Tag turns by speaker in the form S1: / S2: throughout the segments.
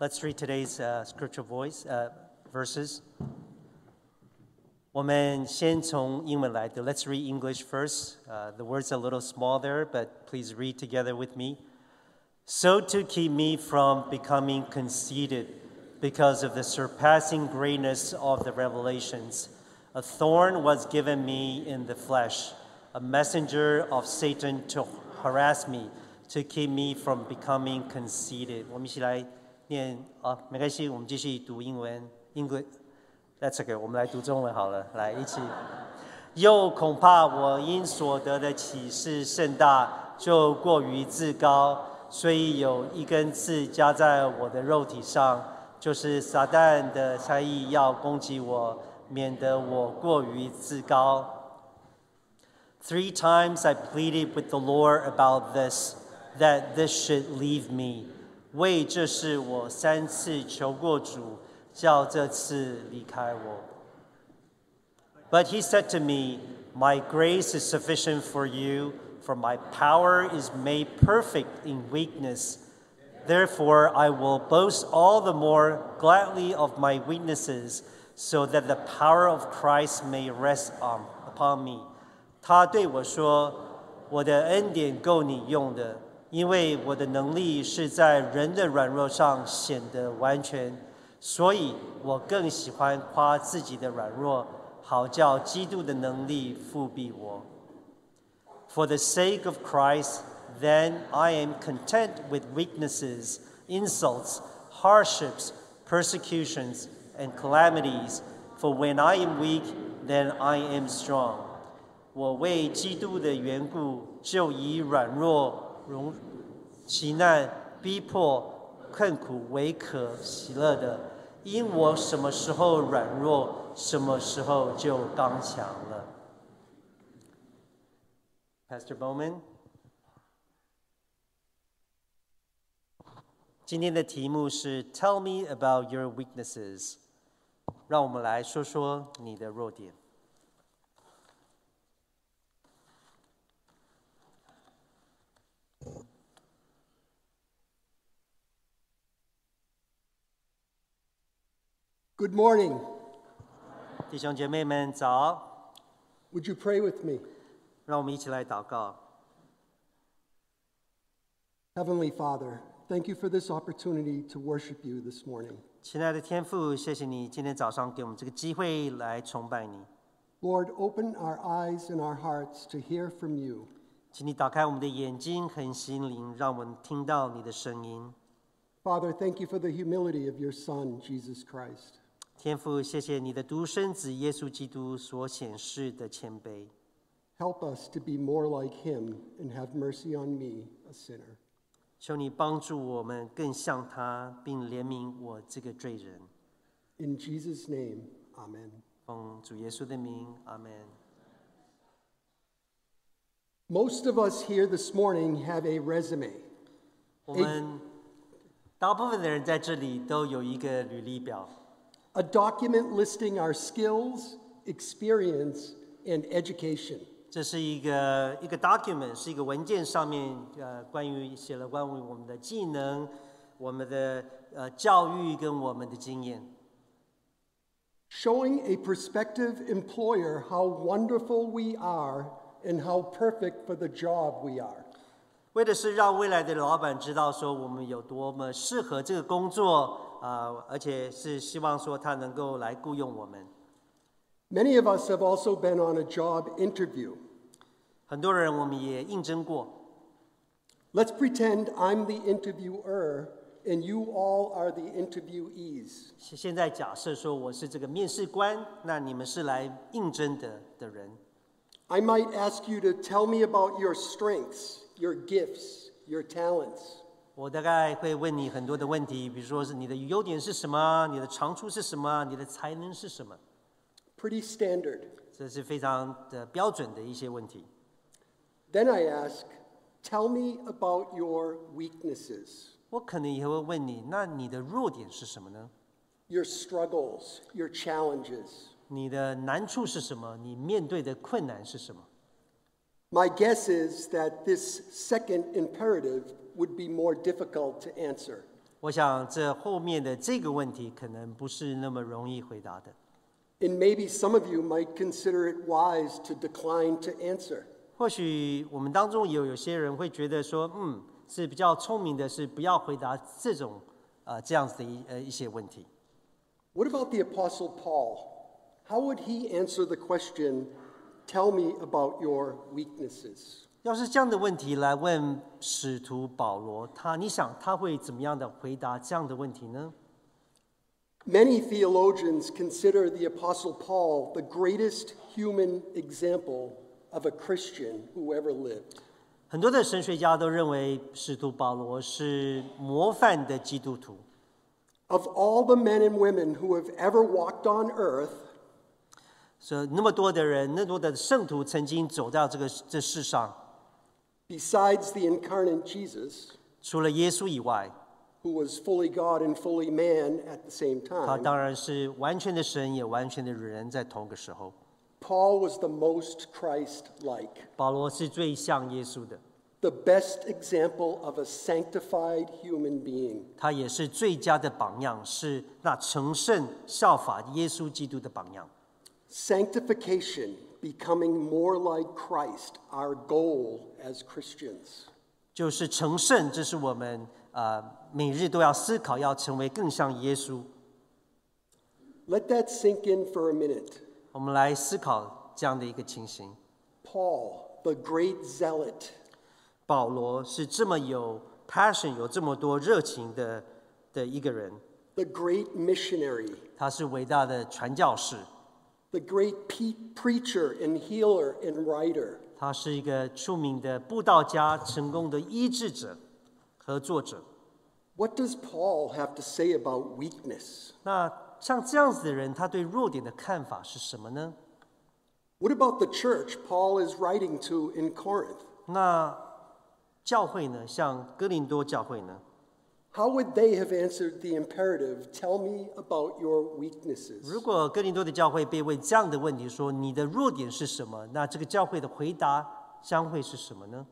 S1: Let's read today's uh, scripture voice uh, verses. 我们先从英文来的。Let's read English first. Uh, the words a little small there, but please read together with me. So to keep me from becoming conceited, because of the surpassing greatness of the revelations, a thorn was given me in the flesh, a messenger of Satan to harass me, to keep me from becoming conceited. 我们一起来念啊，没关系，我们继续读英文，English。That's okay，我们来读中文好了，来一起。又恐怕我因所得的启示甚大，就过于自高，所以有一根刺加在我的肉体上，就是撒旦的差役要攻击我，免得我过于自高。Three times I pleaded with the Lord about this, that this should leave me. 为这事我三次求过主，叫这次离开我。But he said to me, My grace is sufficient for you, for my power is made perfect in weakness. Therefore, I will boast all the more gladly of my weaknesses, so that the power of Christ may rest on, upon me. 他对我说：“我的恩典够你用的，因为我的能力是在人的软弱上显得完全，所以我更喜欢夸自己的软弱，好叫基督的能力复辟我。” For the sake of Christ, then I am content with weaknesses, insults, hardships, persecutions, and calamities. For when I am weak, then I am strong. 我为基督的缘故，就以软弱、容其难、逼迫、困苦为可喜乐的，因我什么时候软弱，什么时候就刚强了。Pastor Bowman，今天的题目是 “Tell me about your weaknesses”，让我们来说说你的弱点。
S2: Good morning.
S1: 弟兄姐妹们早，
S2: Would you pray with me?
S1: 让我们一起来祷告。
S2: Heavenly Father, thank you for this opportunity to worship you this morning.
S1: 亲爱的天父，谢谢你今天早上给我们这个机会来崇拜你，
S2: Lord, open our eyes and our hearts to hear from you.
S1: 请你打开我们的眼睛和心灵，让我们听到你的声音。
S2: Father, thank you for the humility of your Son, Jesus Christ.
S1: 天父，谢谢你的独生子耶稣基督所显示的谦卑，
S2: Help us to be more like him and have mercy on me, a sinner.
S1: 求你帮助我们更像他，并怜悯我这个罪人。
S2: In Jesus' name, amen.
S1: 奉主耶稣的名，阿门。
S2: Most of us here this morning have a resume.
S1: 我们大部分的人在这里都有一个履历表，
S2: a document listing our skills, experience, and education.
S1: 这是一个一个 document，是一个文件上面呃，关于写了关于我们的技能、我们的呃教育跟我们的经验，
S2: Showing a prospective employer how wonderful we are and how perfect for the job we are.
S1: 为的是让未来的老板知道说我们有多么适合这个工作啊、呃而且是希望说他能够来雇佣我们。
S2: Many of us have also been on a job interview.
S1: 很多人我们也应征过，
S2: Let's pretend I'm the interviewer and you all are the interviewees.
S1: 现现在假设说我是这个面试官，那你们是来应征的的人。
S2: I might ask you to tell me about your strengths, your gifts, your talents.
S1: 我大概会问你很多的问题，比如说是你的优点是什么，你的长处是什么，你的才能是什么，
S2: Pretty standard.
S1: 这是非常的标准的一些问题。
S2: Then I ask, tell me about your weaknesses,
S1: 我可能也会问你，那你的弱点是什么呢？
S2: your struggles, your challenges.
S1: 你的难处是什么？你面对的困难是什么？
S2: My guess is that this second imperative would be more difficult to answer.
S1: 我想这后面的这个问题可能不是那么容易回答的。
S2: And maybe some of you might consider it wise to decline to answer.
S1: 或许我们当中有有些人会觉得说，嗯，是比较聪明的，是不要回答这种呃这样子的一呃一些问题。
S2: What about the Apostle Paul? How would he answer the question, Tell me about your weaknesses?
S1: 要是这样的问题来问使徒保罗，他你想他会怎么样的回答这样的问题呢？
S2: Many theologians consider the Apostle Paul the greatest human example of a Christian who ever lived.
S1: 很多的神学家都认为使徒保罗是模范的基督徒。
S2: Of all the men and women who have ever walked on earth,
S1: 所以那么多的人，那么多的圣徒曾经走到这个这世上，
S2: besides the incarnate Jesus,
S1: 除了耶稣以外，
S2: who was fully God and fully man at the same
S1: 他
S2: time,
S1: 当然是完全的神，也完全的人，在同个时候。
S2: Paul was the most Christ like,
S1: 保罗是最像耶稣的，
S2: the best example of a sanctified human being.
S1: 他也是最佳的榜样，是那成圣效法耶稣基督的榜样。
S2: Sanctification, becoming more like Christ, our goal as Christians.
S1: 就是成圣，这是我们呃每日都要思考，要成为更像耶稣。
S2: Let that sink in for a minute.
S1: 我们来思考这样的一个情形：
S2: Paul, the great zealot,
S1: 保罗是这么有 passion，有这么多热情的的一个人，
S2: the great missionary,
S1: 他是伟大的传教士，
S2: the great pe- preacher and healer and writer.
S1: 他是一个出名的布道家、成功的医治者和作者。
S2: What does Paul have to say about weakness?
S1: 那像这样子的人，他对弱点的看法是什么呢？
S2: What about the church Paul is writing to in Corinth?
S1: 那教会呢？像哥林多教会呢？
S2: How would they have answered the imperative, tell me about your weaknesses?
S1: 如果哥林多的教会被问这样的问题说，你的弱点是什么？那这个教会的回答将会是什么呢？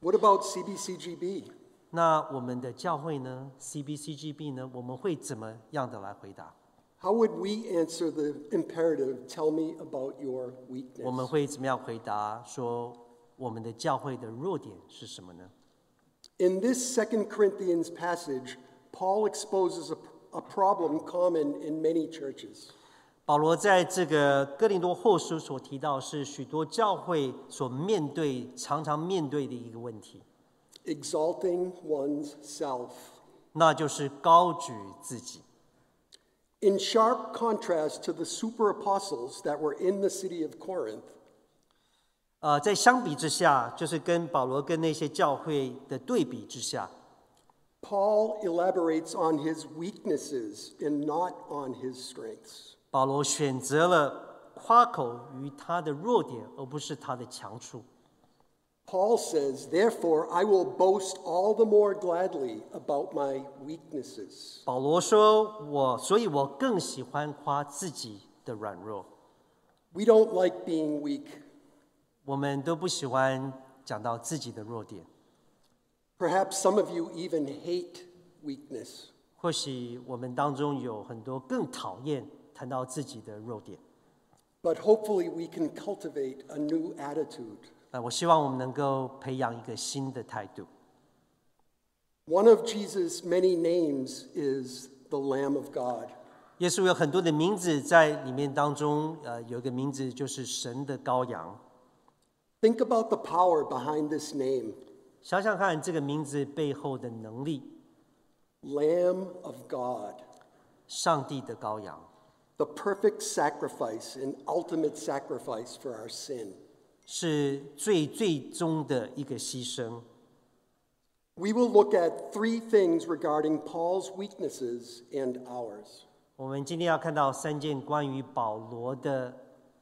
S2: What about CBCGB?
S1: 那我们的教会呢？CBCGB 呢？我们会怎么样的来回答？
S2: How would we answer the imperative, tell me about your
S1: 我们
S2: weakness?
S1: 会怎么样回答？说我们的教会的弱点是什么呢？
S2: In this 2 Corinthians passage, Paul exposes a, a problem common in many churches.
S1: 保罗在这个哥林多后书所提到，是许多教会所面对、常常面对的一个问题，
S2: exalting one's self.
S1: 那就是高举自己。
S2: In sharp contrast to the super apostles that were in the city of Corinth,
S1: 呃，在相比之下，就是跟保罗跟那些教会的对比之下，
S2: Paul elaborates on his weaknesses and not on his strengths.
S1: 保罗选择了夸口于他的弱点，而不是他的强处。
S2: Paul says, Therefore, I will boast all the more gladly about my weaknesses,
S1: 保罗说：“我，所以我更喜欢夸自己的软弱。
S2: We don't like being weak.
S1: 我们都不喜欢讲到自己的弱点。
S2: Perhaps some of you even hate weakness.
S1: 或许我们当中有很多更讨厌谈到自己的弱点。
S2: But hopefully, we can cultivate a new attitude.
S1: 呃，我希望我们能够培养一个新的态度。
S2: One of Jesus' many names is the Lamb of God.
S1: 耶稣有很多的名字在里面当中，呃，有一个名字就是神的羔羊。
S2: Think about the power behind this name,
S1: 想想看，这个名字背后的能力，
S2: Lamb of God,
S1: 上帝的羔羊，
S2: the perfect sacrifice and ultimate sacrifice for our sin.
S1: 是最最终的一个牺牲。
S2: We will look at three things regarding Paul's weaknesses and ours.
S1: 我们今天要看到三件关于保罗的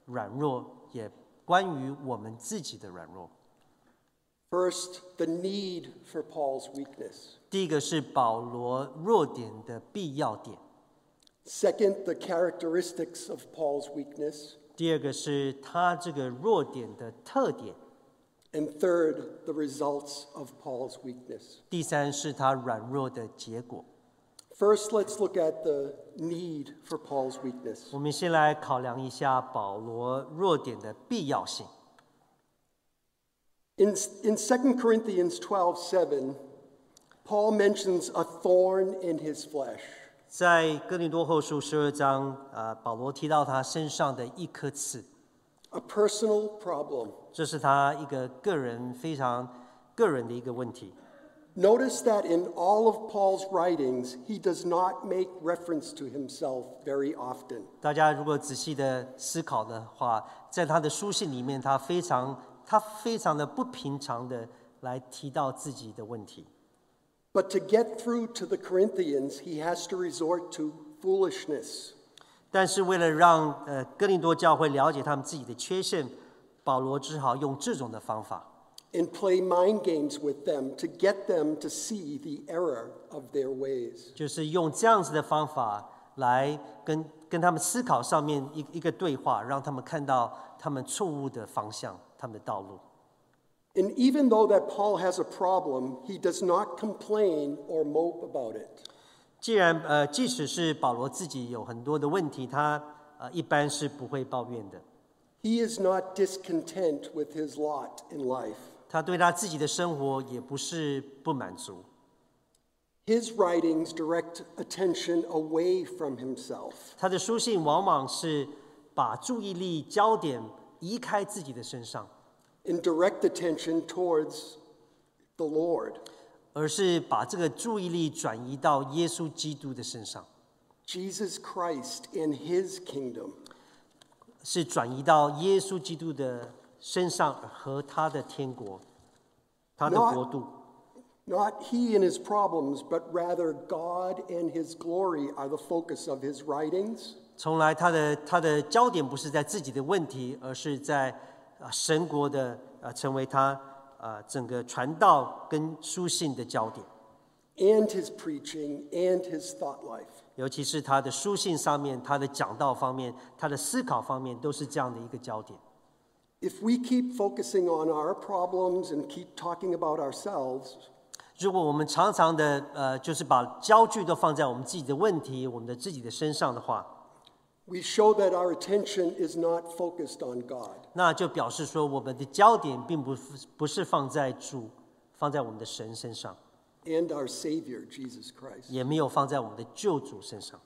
S1: 软弱，也关于我们自己的软弱。
S2: First, the need for Paul's weakness.
S1: 第一个是保罗弱点的必要点，
S2: Second, the characteristics of Paul's weakness.
S1: 第二个是他这个弱点的特点，
S2: And third, the results of Paul's weakness.
S1: 第三是他软弱的结果。
S2: First, let's look at the need for Paul's weakness.
S1: 我们先来考量一下保罗弱点的必要性。
S2: In, in 2 Corinthians 12 7, Paul mentions a thorn in his flesh.
S1: 在哥林多后书十二章，啊、保罗提到他身上的一颗刺，
S2: A personal problem.
S1: 这是他一个个人非常个人的一个问题。
S2: Notice that in all of Paul's writings, he does not make reference to himself very often.
S1: 大家如果仔细的思考的话，在他的书信里面，他非常他非常的不平常的来提到自己的问题。
S2: But to get through to the Corinthians, he has to resort to foolishness.
S1: 但是为了让呃哥林多教会了解他们自己的缺陷，保罗只好用这种的方法，
S2: and play mind games with them to get them to see the error of their ways.
S1: 就是用这样子的方法来跟跟他们思考上面一一个对话，让他们看到他们错误的方向、他们的道路。
S2: And even though that Paul has a problem, he does not complain or mope about it.
S1: 既然呃，即使是保罗自己有很多的问题，他呃一般是不会抱怨的。
S2: He is not discontent with his lot in life.
S1: 他对他自己的生活也不是不满足，
S2: His writings direct attention away from himself.
S1: 他的书信往往是把注意力焦点移开自己的身上，
S2: and direct attention towards the Lord,
S1: 而是把这个注意力转移到耶稣基督的身上，
S2: Jesus Christ and his kingdom.
S1: 是转移到耶稣基督的身上和他的天国、他的国度。
S2: Not he and his problems, but rather God and his glory are the focus of his writings,
S1: 从来他的他的焦点不是在自己的问题，而是在啊神国的啊成为他啊整个传道跟书信的焦点。
S2: and his preaching, and his thought life.
S1: 尤其是他的书信上面、他的讲道方面、他的思考方面，都是这样的一个焦点。
S2: If we keep focusing on our problems and keep talking about ourselves,
S1: 如果我们常常的呃，就是把焦距都放在我们自己的问题、我们的自己的身上的话，
S2: we show that our attention is not focused on God.
S1: 那就表示说我们的焦点并不是不是放在主、放在我们的神身上，
S2: And our Savior, Jesus Christ.
S1: 也没有放在我们的救主身上。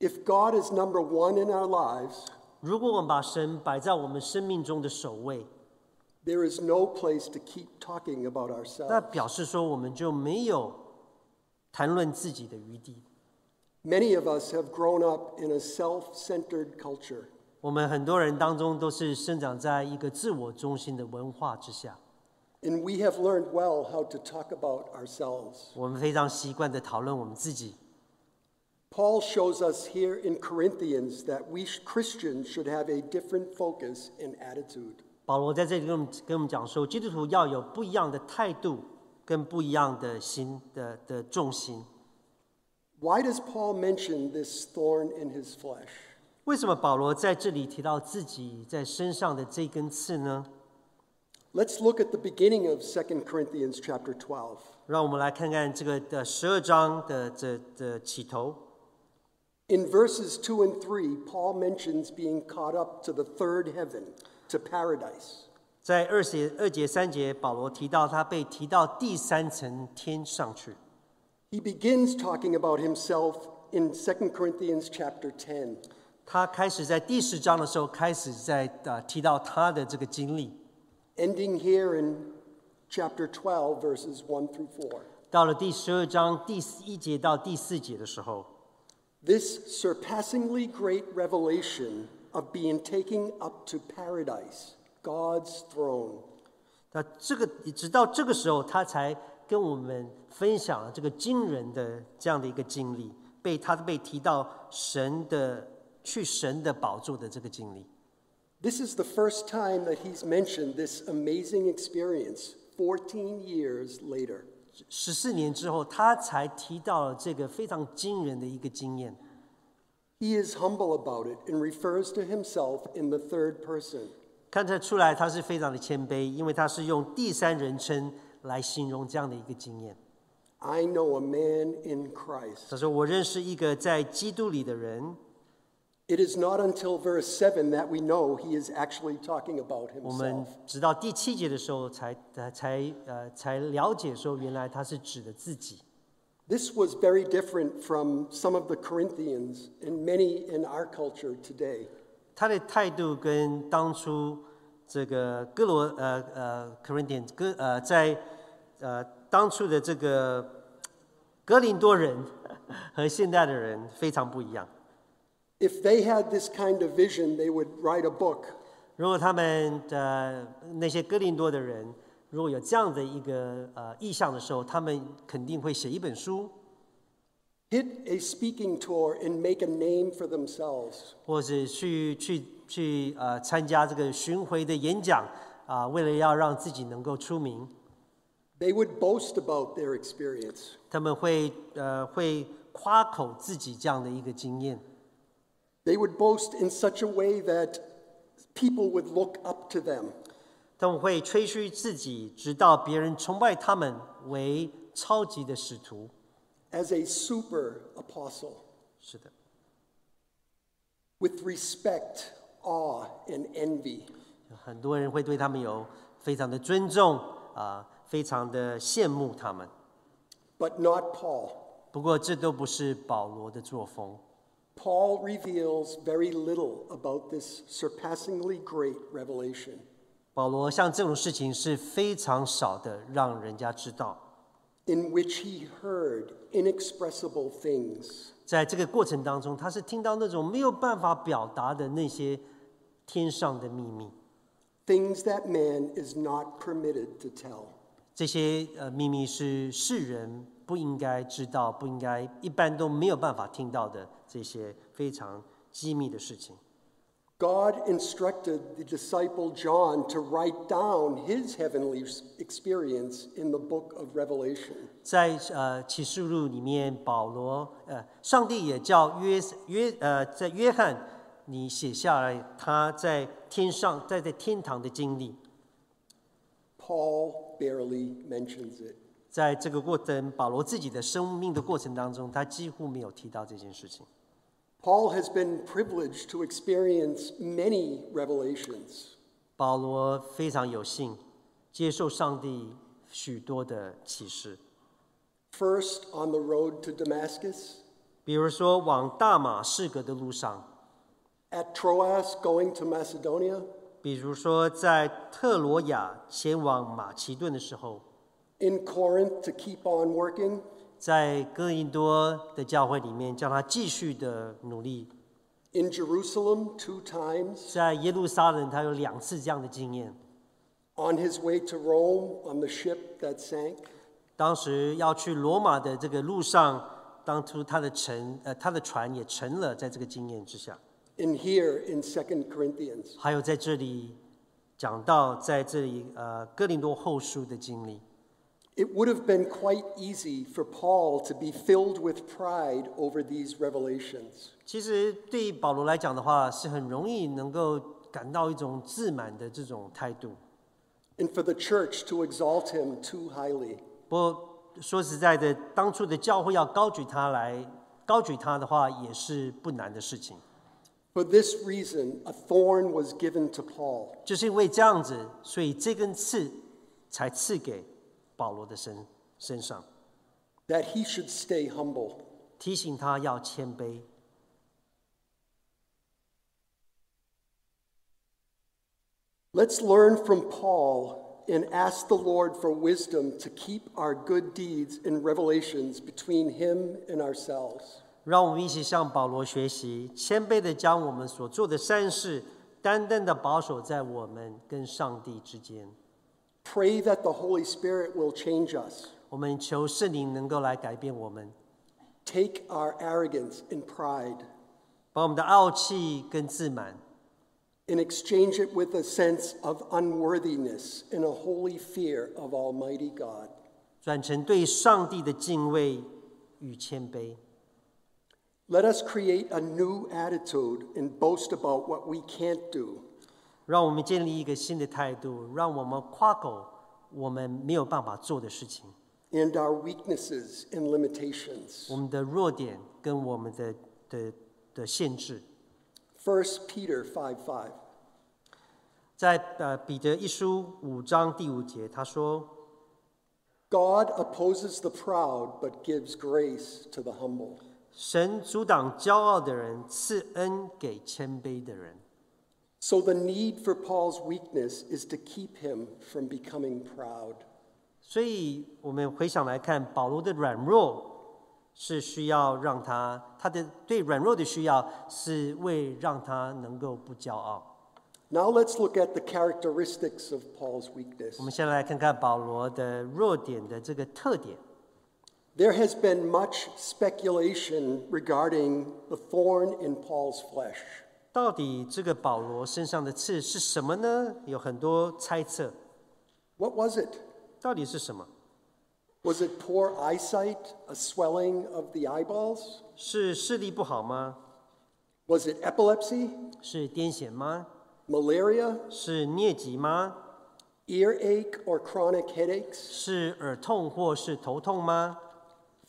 S2: If God is number one in our lives,
S1: 如果我们把神摆在我们生命中的首位，
S2: there is no place to keep talking about
S1: 那
S2: ourselves.
S1: 表示说我们就没有谈论自己的余地。
S2: Many of us have grown up in a self centered culture.
S1: 我们很多人当中都是生长在一个自我中心的文化之下，
S2: And we have learned well how to talk about ourselves.
S1: 我们非常习惯的讨论我们自己。
S2: Paul shows us here in Corinthians that we sh- Christians should have a different focus and attitude.
S1: 保罗在这里跟我们跟我们讲说，基督徒要有不一样的态度，跟不一样的心的的重心。
S2: Why does Paul mention this thorn in his flesh?
S1: 为什么保罗在这里提到自己在身上的这根刺呢？
S2: Let's look at the beginning of 2 Corinthians chapter 12.
S1: 让我们来看看这个的十二章的这的起头。
S2: In verses 2 and 3, Paul mentions being caught up to the third heaven, to paradise.
S1: 在二节、二节、三节，保罗提到他被提到第三层天上去。
S2: He begins talking about himself in 2 Corinthians chapter 10.
S1: 他开始在第十章的时候开始在呃提到他的这个经历，
S2: ending here in chapter 12, verses 1 through 4.
S1: 到了第十二章第一节到第四节的时候，
S2: This surpassingly great revelation of being taken up to paradise, God's throne.
S1: 那这个直到这个时候，他才跟我们分享了这个惊人的这样的一个经历，被他被提到神的去神的宝座的这个经历。
S2: This is the first time that he's mentioned this amazing experience 14 years later.
S1: 十四年之后，他才提到了这个非常惊人的一个经验。
S2: He is humble about it and refers to himself in the third person.
S1: 看得出来，他是非常的谦卑，因为他是用第三人称来形容这样的一个经验。
S2: I know a man in Christ.
S1: 他说：“我认识一个在基督里的人。
S2: It is not until verse 7 that we know he is actually talking about ”
S1: 我们
S2: himself.
S1: 直到第七节的时候才才才呃才了解说，原来他是指的自己。
S2: This was very different from some of the Corinthians and many in our culture today.
S1: 他的态度跟当初这个哥罗呃呃 Corinthians 哥呃在呃当初的这个哥林多人和现代的人非常不一样。
S2: If they had this kind of vision, they would write a book
S1: 如果他们呃那些哥林多的人如果有这样的一个呃意向的时候，他们肯定会写一本书，
S2: hit a speaking tour and make a name for themselves.
S1: 或者去去去呃参加这个巡回的演讲啊、为了要让自己能够出名，
S2: They would boast about their experience.
S1: 他们会呃会夸口自己这样的一个经验，
S2: They would boast in such a way that people would look up to them.
S1: 他们会吹嘘自己，直到别人崇拜他们为超级的使徒。
S2: as a super apostle
S1: 是的，
S2: with respect, awe, and envy.
S1: 很多人会对他们有非常的尊重啊、非常的羡慕他们。
S2: But not Paul.
S1: 不过这都不是保罗的作风。
S2: Paul reveals very little about this surpassingly great revelation.
S1: 保罗像这种事情是非常少的，让人家知道。
S2: In which he heard inexpressible things,
S1: 在这个过程当中，他是听到那种没有办法表达的那些天上的秘密，
S2: things that man is not permitted to tell.
S1: 这些呃秘密是世人不应该知道、不应该一般都没有办法听到的这些非常机密的事情。
S2: God instructed the disciple John to write down his heavenly experience in the book of Revelation.
S1: 在呃启示录里面，保罗呃，上帝也叫约约呃，在约翰，你写下来他在天上在在天堂的经历，
S2: Paul barely mentions it.
S1: 在这个过程，保罗自己的生命的过程当中，他几乎没有提到这件事情。
S2: Paul has been privileged to experience many revelations,
S1: 保罗非常有幸接受上帝许多的启示，
S2: first on the road to Damascus,
S1: 比如说往大马士革的路上，
S2: at Troas going to Macedonia,
S1: 比如说在特罗亚前往马其顿的时候，
S2: in Corinth to keep on working,
S1: 在哥林多的教会里面，叫他继续的努力。
S2: in Jerusalem two times,
S1: 在耶路撒冷，他有两次这样的经验。
S2: on his way to Rome on the ship that sank,
S1: 当时要去罗马的这个路上，当初他的沉，呃，他的船也沉了，在这个经验之下。
S2: and here in 2 Corinthians.
S1: 还有在这里讲到，在这里呃哥林多后书的经历，
S2: It would have been quite easy for Paul to be filled with pride over these revelations.
S1: 其实对于保罗来讲的话，是很容易能够感到一种自满的这种态度。
S2: and for the church to exalt him too highly.
S1: 不过说实在的，当初的教会要高举他来高举他的话，也是不难的事情。
S2: For this reason, a thorn was given to Paul,
S1: 就是因为这样子，所以这根刺才刺给保罗的身身上，
S2: that he should stay humble.
S1: 提醒他要谦卑。
S2: Let's learn from Paul and ask the Lord for wisdom to keep our good deeds and revelations between him and ourselves.
S1: 让我们一起向保罗学习，谦卑地将我们所做的善事，单单地保守在我们跟上帝之间。
S2: Pray that the Holy Spirit will change us,
S1: 我们求圣灵能够来改变我们，
S2: take our arrogance and pride,
S1: 把我们的傲气跟自满
S2: and exchange it with a sense of unworthiness and a holy fear of Almighty God.
S1: 转成对上帝的敬畏与谦卑。
S2: Let us create a new attitude and boast about what we can't do,
S1: 让我们建立一个新的态度，让我们夸口我们没有办法做的事情，
S2: and our weaknesses and limitations.
S1: 我们的弱点跟我们的的的限制。
S2: First Peter 5 5.
S1: 在呃彼得一书五章第五节，他说
S2: God opposes the proud but gives grace to the humble.：“
S1: 神阻挡骄傲的人，赐恩给谦卑的人。
S2: So the need for Paul's weakness is to keep him from becoming proud. ”
S1: 所以，我们回想来看，保罗的软弱是需要让他他的对软弱的需要，是为让他能够不骄傲。
S2: Now let's look at the characteristics of Paul's weakness.
S1: 我们先来看看保罗的弱点的这个特点。
S2: There has been much speculation regarding the thorn in Paul's flesh.
S1: 到底这个保罗身上的刺是什么呢？有很多猜测，
S2: What was it?
S1: 到底是什么？
S2: Was it poor eyesight, a swelling of the eyeballs?
S1: 是视力不好吗？
S2: Was it epilepsy,
S1: 是癫痫吗？
S2: malaria,
S1: 是疟疾吗？
S2: earache or chronic headaches,
S1: 是耳痛或是头痛吗？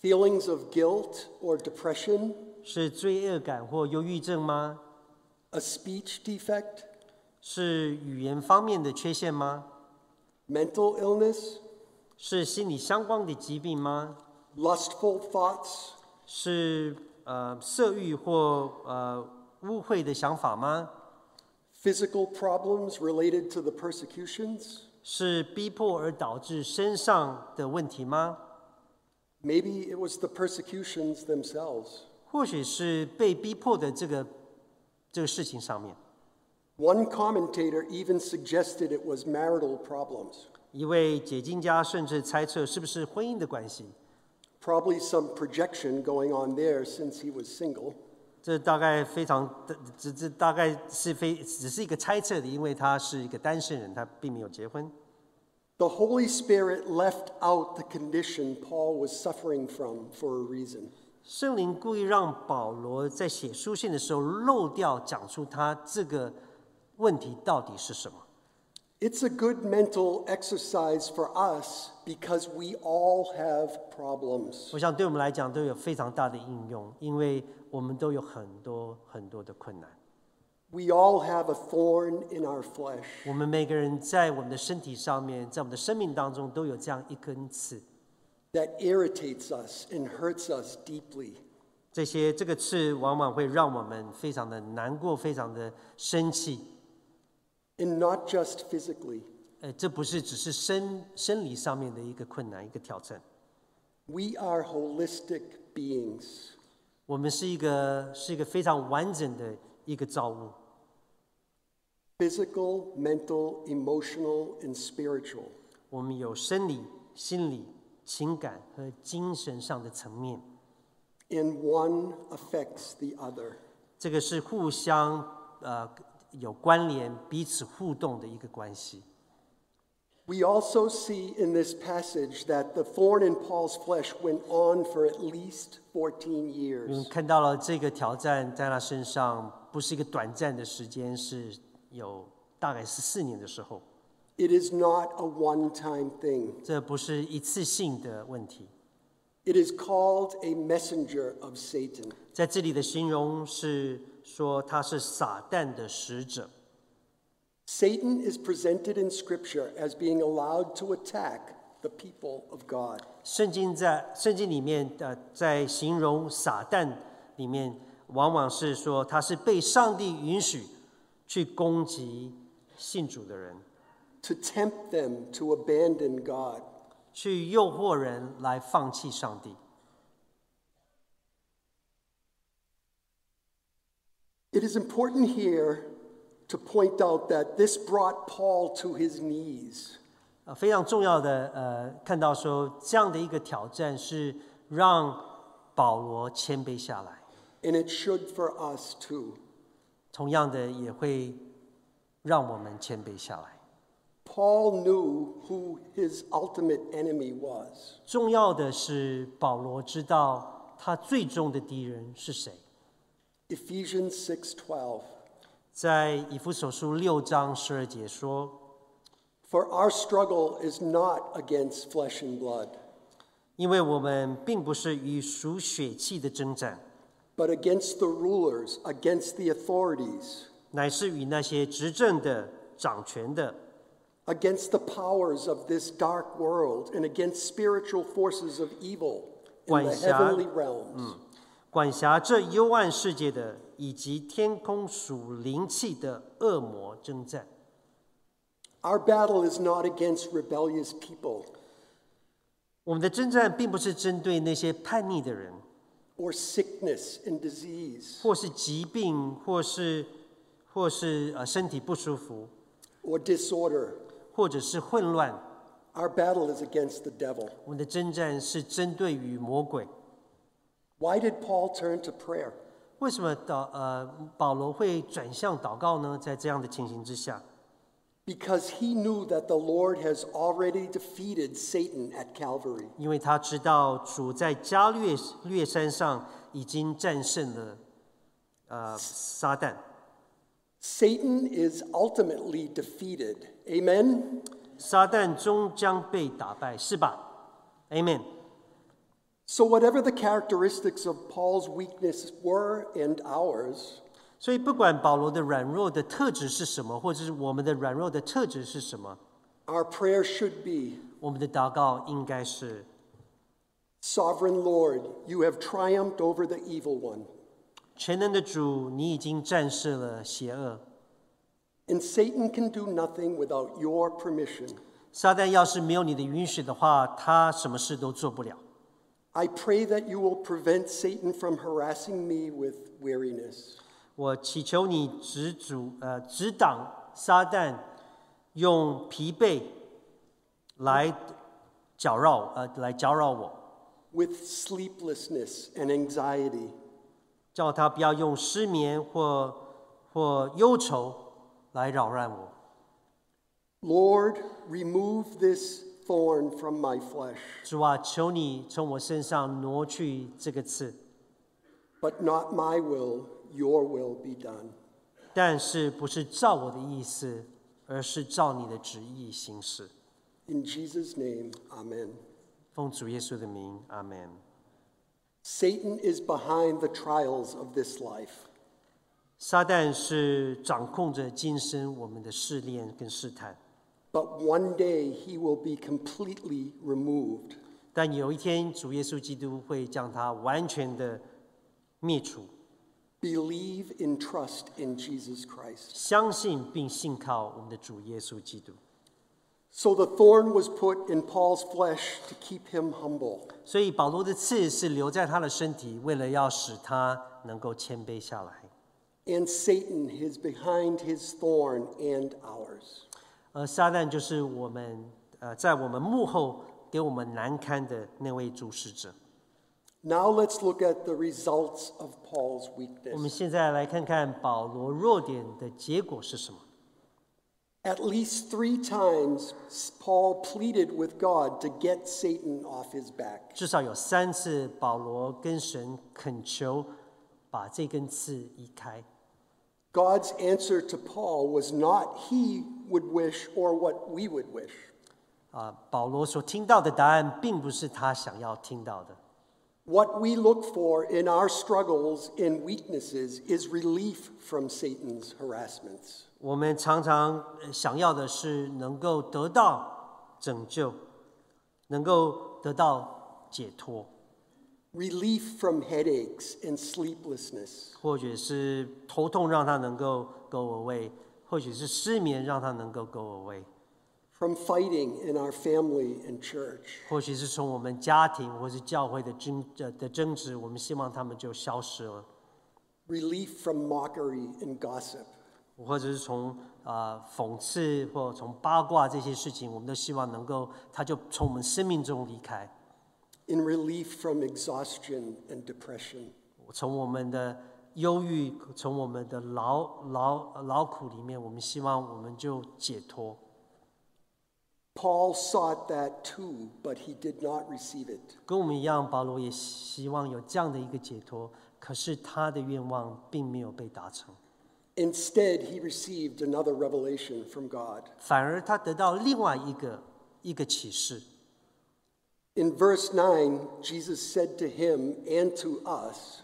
S2: feelings of guilt or depression,
S1: 是罪恶感或忧郁症吗？
S2: a speech defect,
S1: 是语言方面的缺陷吗？
S2: mental illness,
S1: 是心理相关的疾病吗？
S2: lustful thoughts,
S1: 是呃色欲或呃污秽的想法吗？
S2: physical problems related to the persecutions?
S1: 是逼迫而导致身上的问题吗？
S2: Maybe it was the persecutions themselves.
S1: 或许是被逼迫的这个这个事情上面，
S2: One commentator even suggested it was marital problems,
S1: 一位解经家甚至猜测是不是婚姻的关系。
S2: probably some projection going on there since he was single.
S1: 这大概非常，这这大概是非只是一个猜测的，因为他是一个单身人，他并没有结婚。
S2: The Holy Spirit left out the condition Paul was suffering from for a reason.
S1: 圣灵故意让保罗在写书信的时候漏掉讲出他这个问题到底是什么。
S2: It's a good mental exercise for us because we all have problems.
S1: 我想对我们来讲都有非常大的应用，因为我们都有很多很多的困难。
S2: We all have a thorn in our flesh.
S1: 我们每个人在我们的身体上面，在我们的生命当中都有这样一根刺，
S2: that irritates us and hurts us deeply.
S1: 这些这个刺往往会让我们非常的难过，非常的生气。
S2: And not just physically.
S1: 呃，这不是只是生生理上面的一个困难，一个挑战。
S2: We are holistic beings.
S1: 我们是一个是一个非常完整的一个造物，
S2: Physical, mental, emotional, and spiritual.
S1: 我们有生理、心理、情感和精神上的层面，
S2: And one affects the other.
S1: 这个是互相呃有关联、彼此互动的一个关系。
S2: We also see in this passage that the thorn in Paul's flesh went on for at least 14
S1: 因为
S2: years.
S1: 看到了这个挑战在他身上不是一个短暂的时间，是有大概是四年的时候，
S2: It is not a one time thing,
S1: 这不是一次性的问题。
S2: it is called a messenger of Satan.
S1: 在这里的形容是说他是撒旦的使者。
S2: Satan is presented in Scripture as being allowed to attack the people of God.
S1: 圣经在圣经里面，呃，在形容撒旦里面，往往是说他是被上帝允许去攻击信主的人，
S2: to tempt them to abandon God.
S1: 去诱惑人来放弃上帝。
S2: It is important here to point out that this brought Paul to his knees.
S1: 呃，非常重要的，呃，看到说这样的一个挑战是让保罗谦卑下来，
S2: And it should for us too.
S1: 同样的也会让我们谦卑下来。
S2: Paul knew who his ultimate enemy was.
S1: 重要的是，保罗知道他最终的敌人是谁。
S2: Ephesians 6:12.
S1: 在以弗所书六章十二节说
S2: For our struggle is not against flesh and blood,：“
S1: 因为我们并不是与属血气的征战，
S2: but against the rulers, against the authorities,
S1: 乃是与那些执政的、掌权的、
S2: against the powers of this dark world, and against spiritual forces of evil in the
S1: Guanxia-
S2: heavenly realms.
S1: 管辖这幽暗世界的，以及天空属灵气的恶魔征战。
S2: Our battle is not against rebellious people
S1: 我们的征战并不是针对那些叛逆的人，
S2: or sickness and disease.
S1: 或是疾病，或是或是呃身体不舒服，
S2: or disorder.
S1: 或者是混乱。
S2: Our battle is against the devil.
S1: 我们的征战是针对于魔鬼。
S2: Why did Paul turn to prayer?
S1: 为什么祷呃保罗会转向祷告呢？在这样的情形之下，
S2: Because he knew that the Lord has already defeated Satan at Calvary.
S1: 因为他知道主在加略略山上已经战胜了呃撒旦，
S2: Satan is ultimately defeated. Amen?
S1: 撒旦终将被打败，是吧？Amen。
S2: So, whatever the characteristics of Paul's weakness were and ours,
S1: 所以不管保罗的软弱的特质是什么，或者是我们的软弱的特质是什么，
S2: our prayer should be
S1: 我们的祷告应该是：
S2: Sovereign Lord, you have triumphed over the evil one.
S1: 全能的主，你已经战胜了邪恶，
S2: And Satan can do nothing without your permission.
S1: 撒旦要是没有你的允许的话，他什么事都做不了。
S2: I pray that you will prevent Satan from harassing me with weariness.
S1: 我祈求你止阻呃止挡撒旦用疲惫来搅扰呃来搅扰我，
S2: with sleeplessness and anxiety,
S1: 叫他不要用失眠或或忧愁来扰乱我。
S2: Lord, remove this thorn from my flesh,
S1: 主啊，求你从我身上挪去这个刺，
S2: but not my will, your will be done.
S1: 但是不是照我的意思，而是照你的旨意行事。
S2: In Jesus' name, amen.
S1: 奉主耶稣的名，阿门。
S2: Satan is behind the trials of this life.
S1: 撒旦是掌控着今生我们的试炼跟试探，
S2: But one day he will be completely removed.
S1: 但有一天主耶稣基督会将它完全的灭除。
S2: Believe and trust in Jesus Christ.
S1: 相信并信靠我们的主耶稣基督。
S2: So the thorn was put in Paul's flesh to keep him humble.
S1: 所以保罗的刺是留在他的身体，为了要使他能够谦卑下来。
S2: And Satan is behind his thorn and ours.
S1: 而撒旦就是我们呃，在我们幕后给我们难堪的那位主使者。
S2: Now let's look at the results of Paul's
S1: 我们
S2: weakness.
S1: 现在来看看保罗弱点的结果是什么。
S2: At least three times, Paul pleaded with God to get Satan off his back.
S1: 至少有三次，保罗跟神恳求把这根刺移开。
S2: God's answer to Paul was not he would wish or what we would wish.
S1: 啊、保罗所听到的答案并不是他想要听到的。
S2: What we look for in our struggles and weaknesses is relief from Satan's harassments.
S1: 我们常常呃想要的是能够得到拯救，能够得到解脱，
S2: Relief from headaches and sleeplessness.
S1: 或者是头痛让他能够 go away，或者是失眠让他能够 go away，
S2: from fighting in our family and church.
S1: 或许是从我们家庭或是教会的争呃的争执，我们希望他们就消失了。
S2: Relief from mockery and gossip.
S1: 或者是从呃讽刺或从八卦这些事情，我们都希望能够它就从我们生命中离开，
S2: And relief from exhaustion and depression.
S1: 从我们的忧郁，从我们的劳劳劳苦里面，我们希望我们就解脱。
S2: Paul sought that too, but he did not receive it.
S1: 跟我们一样，保罗也希望有这样的一个解脱，可是他的愿望并没有被达成，
S2: Instead, he received another revelation from God.
S1: 反而他得到另外一个一个启示。
S2: In verse 9, Jesus said to him and to us,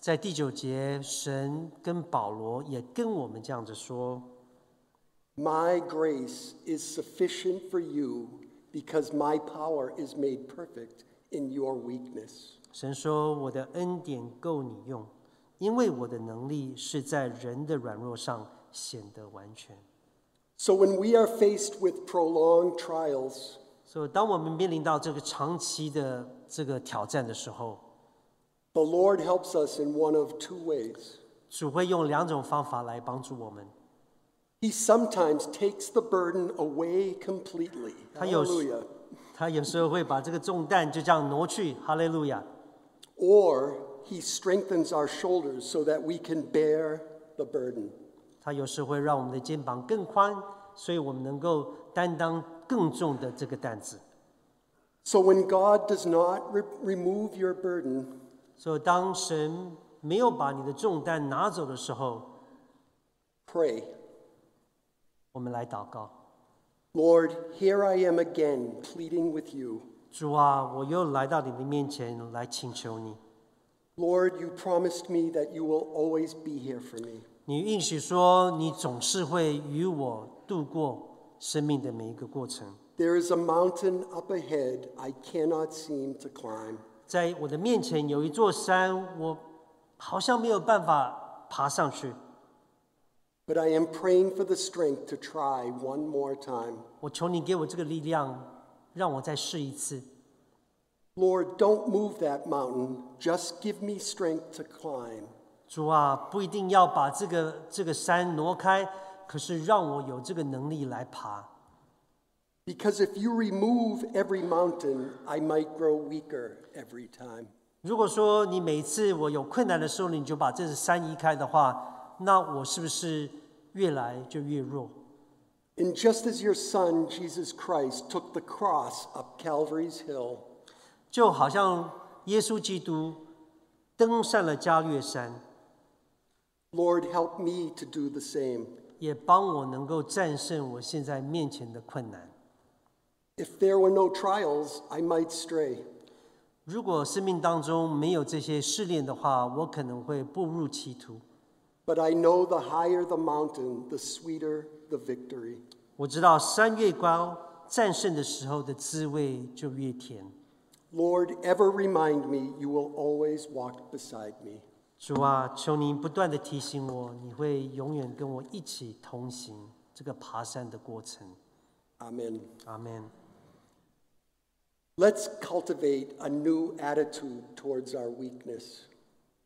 S1: 在第九节，神跟保罗也跟我们这样子说：
S2: My grace is sufficient for you because my power is made perfect in your weakness.
S1: 神说：“我的恩典够你用，因为我的能力是在人的软弱上显得完全。
S2: So when we are faced with prolonged trials, ”
S1: 所以，当我们面临到这个长期的这个挑战的时候，
S2: the Lord helps us in one of two ways.
S1: 主会用两种方法来帮助我们。
S2: He sometimes takes the burden away completely.
S1: 他有
S2: Hallelujah.
S1: 他有时候会把这个重担就这样挪去，哈利路亚。
S2: Or he strengthens our shoulders so that we can bear the burden.
S1: 他有时会让我们的肩膀更宽，所以我们能够担当更重的这个担子。
S2: So when God does not re- remove your burden,
S1: 所以，当神没有把你的重担拿走的时候，
S2: pray.
S1: 我们来祷告。
S2: Lord, here I am again pleading with you.
S1: 主啊，我又来到你的面前来请求你。
S2: Lord, you promised me that you will always be here for me.
S1: 你应许说，你总是会与我度过生命的每一个过程。
S2: There is a mountain up ahead I cannot seem to climb.
S1: 在我的面前有一座山，我好像没有办法爬上去。
S2: But I am praying for the strength to try one more time.
S1: 我求你给我这个力量，让我再试一次。
S2: Lord, don't move that mountain. Just give me strength to climb.
S1: 主啊，不一定要把这个这个山挪开，可是让我有这个能力来爬。
S2: Because if you remove every mountain, I might grow weaker every time.
S1: 如果说你每次我有困难的时候，你就把这山移开的话，那我是不是越来就越弱？
S2: And just as your son, Jesus Christ, took the cross up Calvary's hill,
S1: 就好像耶稣基督登上了加略山，
S2: Lord, help me to do the same.
S1: 也帮我能够战胜我现在面前的困难。
S2: If there were no trials, I might stray.
S1: 如果生命当中没有这些试炼的话，我可能会步入歧途。
S2: But I know the higher the mountain, the sweeter the victory.
S1: 我知道山越高，战胜的时候的滋味就越甜。
S2: Lord, ever remind me you will always walk beside me.
S1: 主啊，求您不断的提醒我，你会永远跟我一起同行这个爬山的过程。
S2: Amen.
S1: 阿门。
S2: Let's cultivate a new attitude towards our weakness.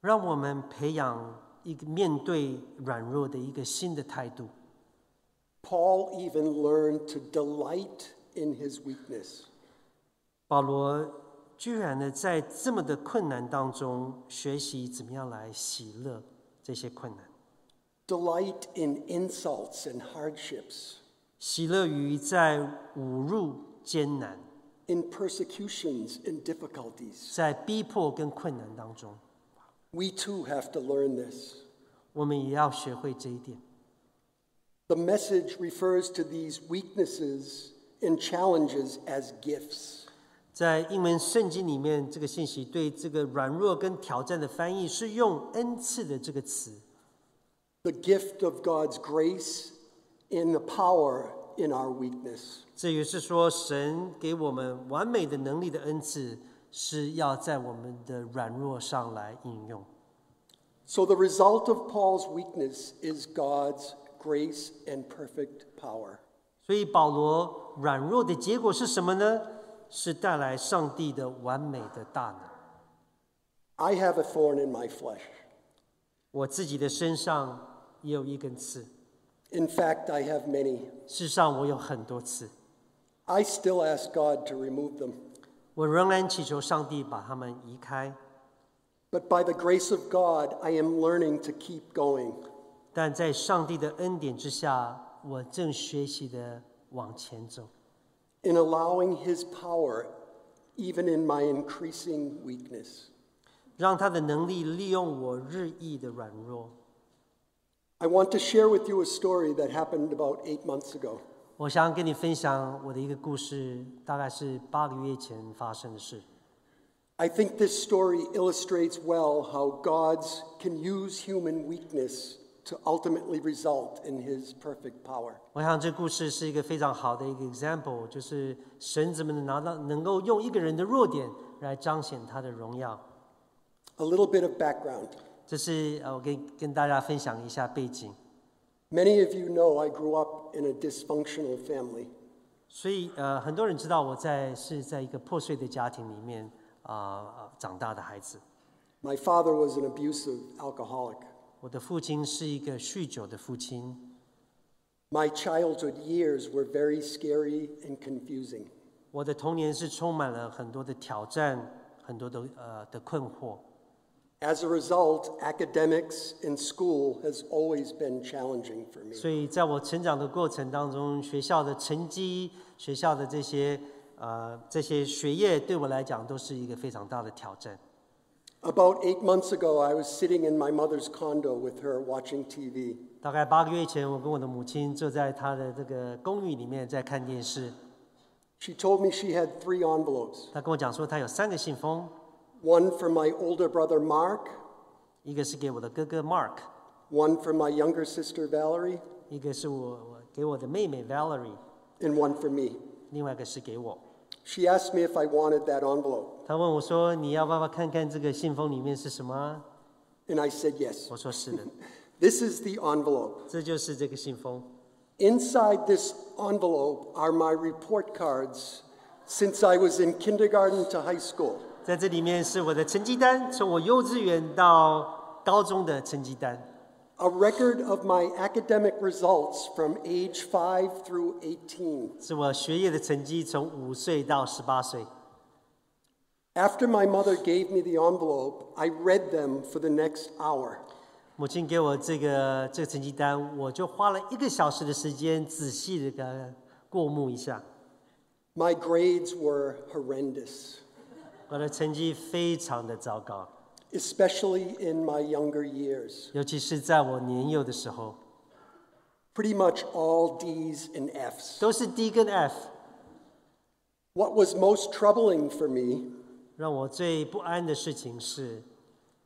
S1: 让我们培养一个面对软弱的一个新的态度。
S2: Paul even learned to delight in his weakness.
S1: 保罗居然呢，在这么的困难当中，学习怎么样来喜乐这些困难，
S2: delight in insults and hardships,
S1: 喜乐于在侮辱、艰难、
S2: in persecutions and difficulties.
S1: 在逼迫跟困难当中，
S2: We too have to learn this.
S1: 我们也要学会这一点。
S2: The message refers to these weaknesses and challenges as gifts.
S1: 在英文圣经里面，这个信息对这个软弱跟挑战的翻译是用“恩赐”的这个词，
S2: The gift of God's grace and the power in our weakness.
S1: 这也是说神给我们完美的能力的恩赐是要在我们的软弱上来应用。
S2: So the result of Paul's weakness is God's grace and perfect power.
S1: 所以保罗软弱的结果是什么呢？是带来上帝的完美的大能。
S2: I have a thorn in my flesh.
S1: 我自己的身上也有一根刺，
S2: In fact, I have many.
S1: 世上我有很多刺，
S2: I still ask God to remove them.
S1: 我仍然祈求上帝把它们移开。
S2: But by the grace of God, I am learning to keep going.
S1: 但在上帝的恩典之下，我正学习的往前走，
S2: In allowing His power, even in my increasing weakness,
S1: 让他的能力利用我日益的软弱。
S2: I want to share with you a story that happened about eight months ago.
S1: 我想跟你分享我的一个故事，大概是八个月前发生的事。
S2: I think this story illustrates well how God can use human weakness to ultimately result in his perfect power.
S1: 我想这故事是一个非常好的一个 example，就是神怎么能拿到能够用一个人的弱点来彰显他的荣耀。
S2: A little bit of background.
S1: 这是呃，我跟跟大家分享一下背景。
S2: Many of you know I grew up in a dysfunctional family.
S1: 所以呃，很多人知道我在是在一个破碎的家庭里面啊、呃长大的孩子。
S2: My father was an abusive alcoholic.
S1: 我的父亲是一个酗酒的父亲，
S2: My childhood years were very scary and confusing.
S1: 我的童年是充满了很多的挑战，很多的呃的困惑。
S2: As a result, academics and school has always been challenging for me.
S1: 所以在我成长的过程当中，学校的成绩、学校的这些呃这些学业对我来讲都是一个非常大的挑战。
S2: About eight months ago, I was sitting in my mother's condo with her watching TV.
S1: 大概八个月前，我跟我的母亲坐在她的这个公寓里面在看电视，
S2: She told me she had three envelopes
S1: 她跟我讲说她有三个信封，
S2: one for my older brother Mark,
S1: 一个是给我的哥哥 Mark，
S2: one for my younger sister Valerie,
S1: 一个是我我给我的妹妹 Valerie，
S2: and one for me.
S1: 另外一个是给我。
S2: She asked me if I wanted that envelope,
S1: 她问我说：“你要不要看看这个信封里面是什么啊
S2: and I said？”yes.
S1: 我说：“是的，
S2: This is the envelope.
S1: 这就是这个信封。
S2: Inside this envelope are my report cards since I was in kindergarten to high school.
S1: 在这里面是我的成绩单，从我幼稚园到高中的成绩单，
S2: A record of my academic results from age 5 through 18.
S1: 是我学业的成绩，从五岁到十八岁。
S2: After my mother gave me the envelope, I read them for the next hour.
S1: 母亲给我这个这个成绩单，我就花了一个小时的时间仔细的给它过目一下。
S2: My grades were horrendous,
S1: 我的成绩非常的糟糕，
S2: especially in my younger years.
S1: 尤其是在我年幼的时候，
S2: Pretty much all D's and F's.
S1: 都是 D 跟 F。
S2: What was most troubling for me
S1: 让我最不安的事情是，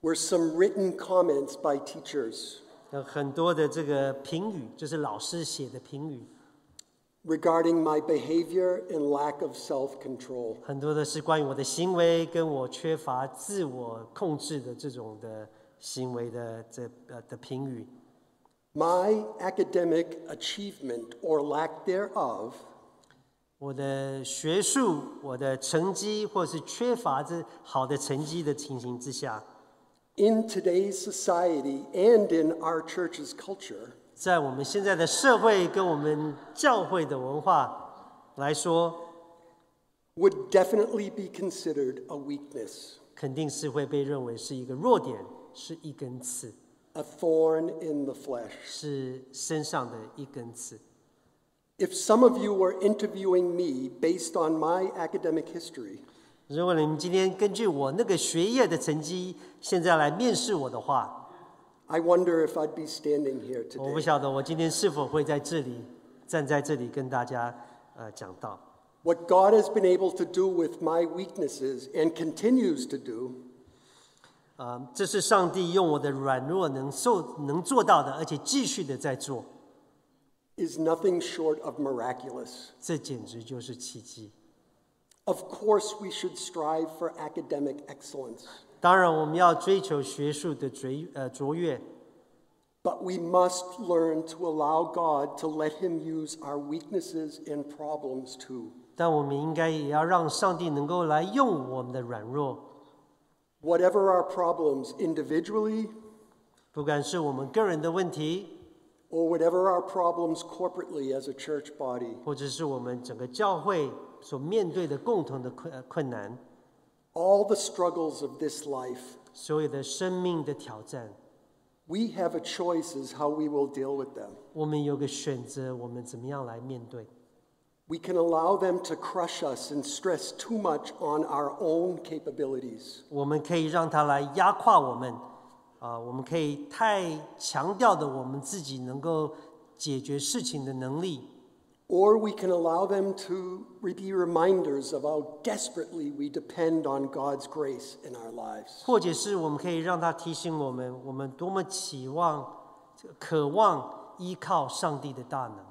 S2: were some written comments by teachers
S1: 有很多的这个评语，就是老师写的评语，
S2: regarding my behavior and lack of self control.
S1: 很多的是关于我的行为跟我缺乏自我控制的这种的行为的这呃的评语。
S2: My academic achievement or lack thereof
S1: 我的学术、我的成绩，或是缺乏这好的成绩的情形之下，
S2: in today's society and in our church's culture
S1: 在我们现在的社会跟我们教会的文化来说，
S2: would definitely be considered a weakness,
S1: 肯定是会被认为是一个弱点，是一根刺，
S2: a thorn in the flesh.
S1: 是身上的一根刺。
S2: If some of you were interviewing me based on my academic history,
S1: 如果你们今天根据我那个学业的成绩，现在来面试我的话，
S2: I wonder if I'd be standing here
S1: 我不
S2: today.
S1: 晓得我今天是否会在这里站在这里跟大家呃讲到。
S2: What God has been able to do with my weaknesses and continues to do
S1: 啊、这是上帝用我的软弱能受能做到的，而且继续的在做，
S2: is nothing short of miraculous.
S1: 这简直就是奇迹。
S2: Of course, we should strive for academic excellence,
S1: 当然，我们要追求学术的卓呃卓越，
S2: but we must learn to allow God to let Him use our weaknesses and problems too.
S1: 但我们应该也要让上帝能够来用我们的软弱，
S2: Whatever our problems individually
S1: 不管是我们个人的问题，
S2: or whatever our problems corporately as a church body,
S1: 或者是我们整个教会所面对的共同的困呃困难，
S2: all the struggles of this life,
S1: 所有的生命的挑战，
S2: we have a choice as how we will deal with them.
S1: 我们有个选择，我们怎么样来面对？
S2: We can allow them to crush us and stress too much on our own capabilities.
S1: 我们可以让它来压垮我们，啊、我们可以太强调的我们自己能够解决事情的能力，
S2: Or we can allow them to re- be reminders of how desperately we depend on God's grace in our lives.
S1: 或者是我们可以让它提醒我们，我们多么期望、渴望依靠上帝的大能。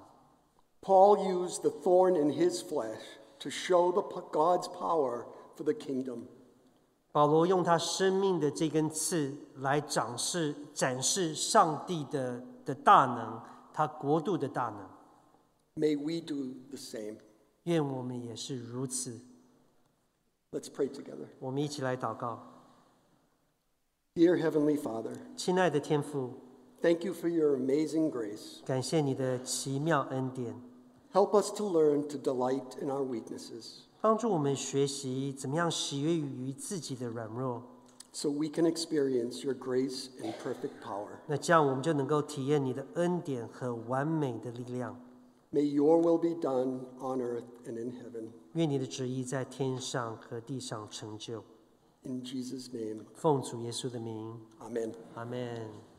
S2: Paul used the thorn in his flesh to show the, p- God's power for the kingdom.
S1: 保罗用他生命的这根刺来展示展示上帝的的大能，他国度的大能。
S2: May we do the same.
S1: 愿我们也是如此。
S2: Let's pray together.
S1: 我们一起来祷告，
S2: Dear Heavenly Father,
S1: 亲爱的天父，
S2: thank you for your amazing grace.
S1: 感谢你的奇妙恩典，
S2: Help us to learn to delight in our weaknesses
S1: 帮助我们学习怎么样喜悦于自己的软弱。
S2: so we can experience your grace and perfect power.
S1: 那这样我们就能够体验你的恩典和完美的力量。
S2: May your will be done on earth and in heaven.
S1: 愿你的旨意在天上和地上成就。
S2: In Jesus' name,
S1: 奉主耶稣的名，
S2: amen.
S1: 阿门。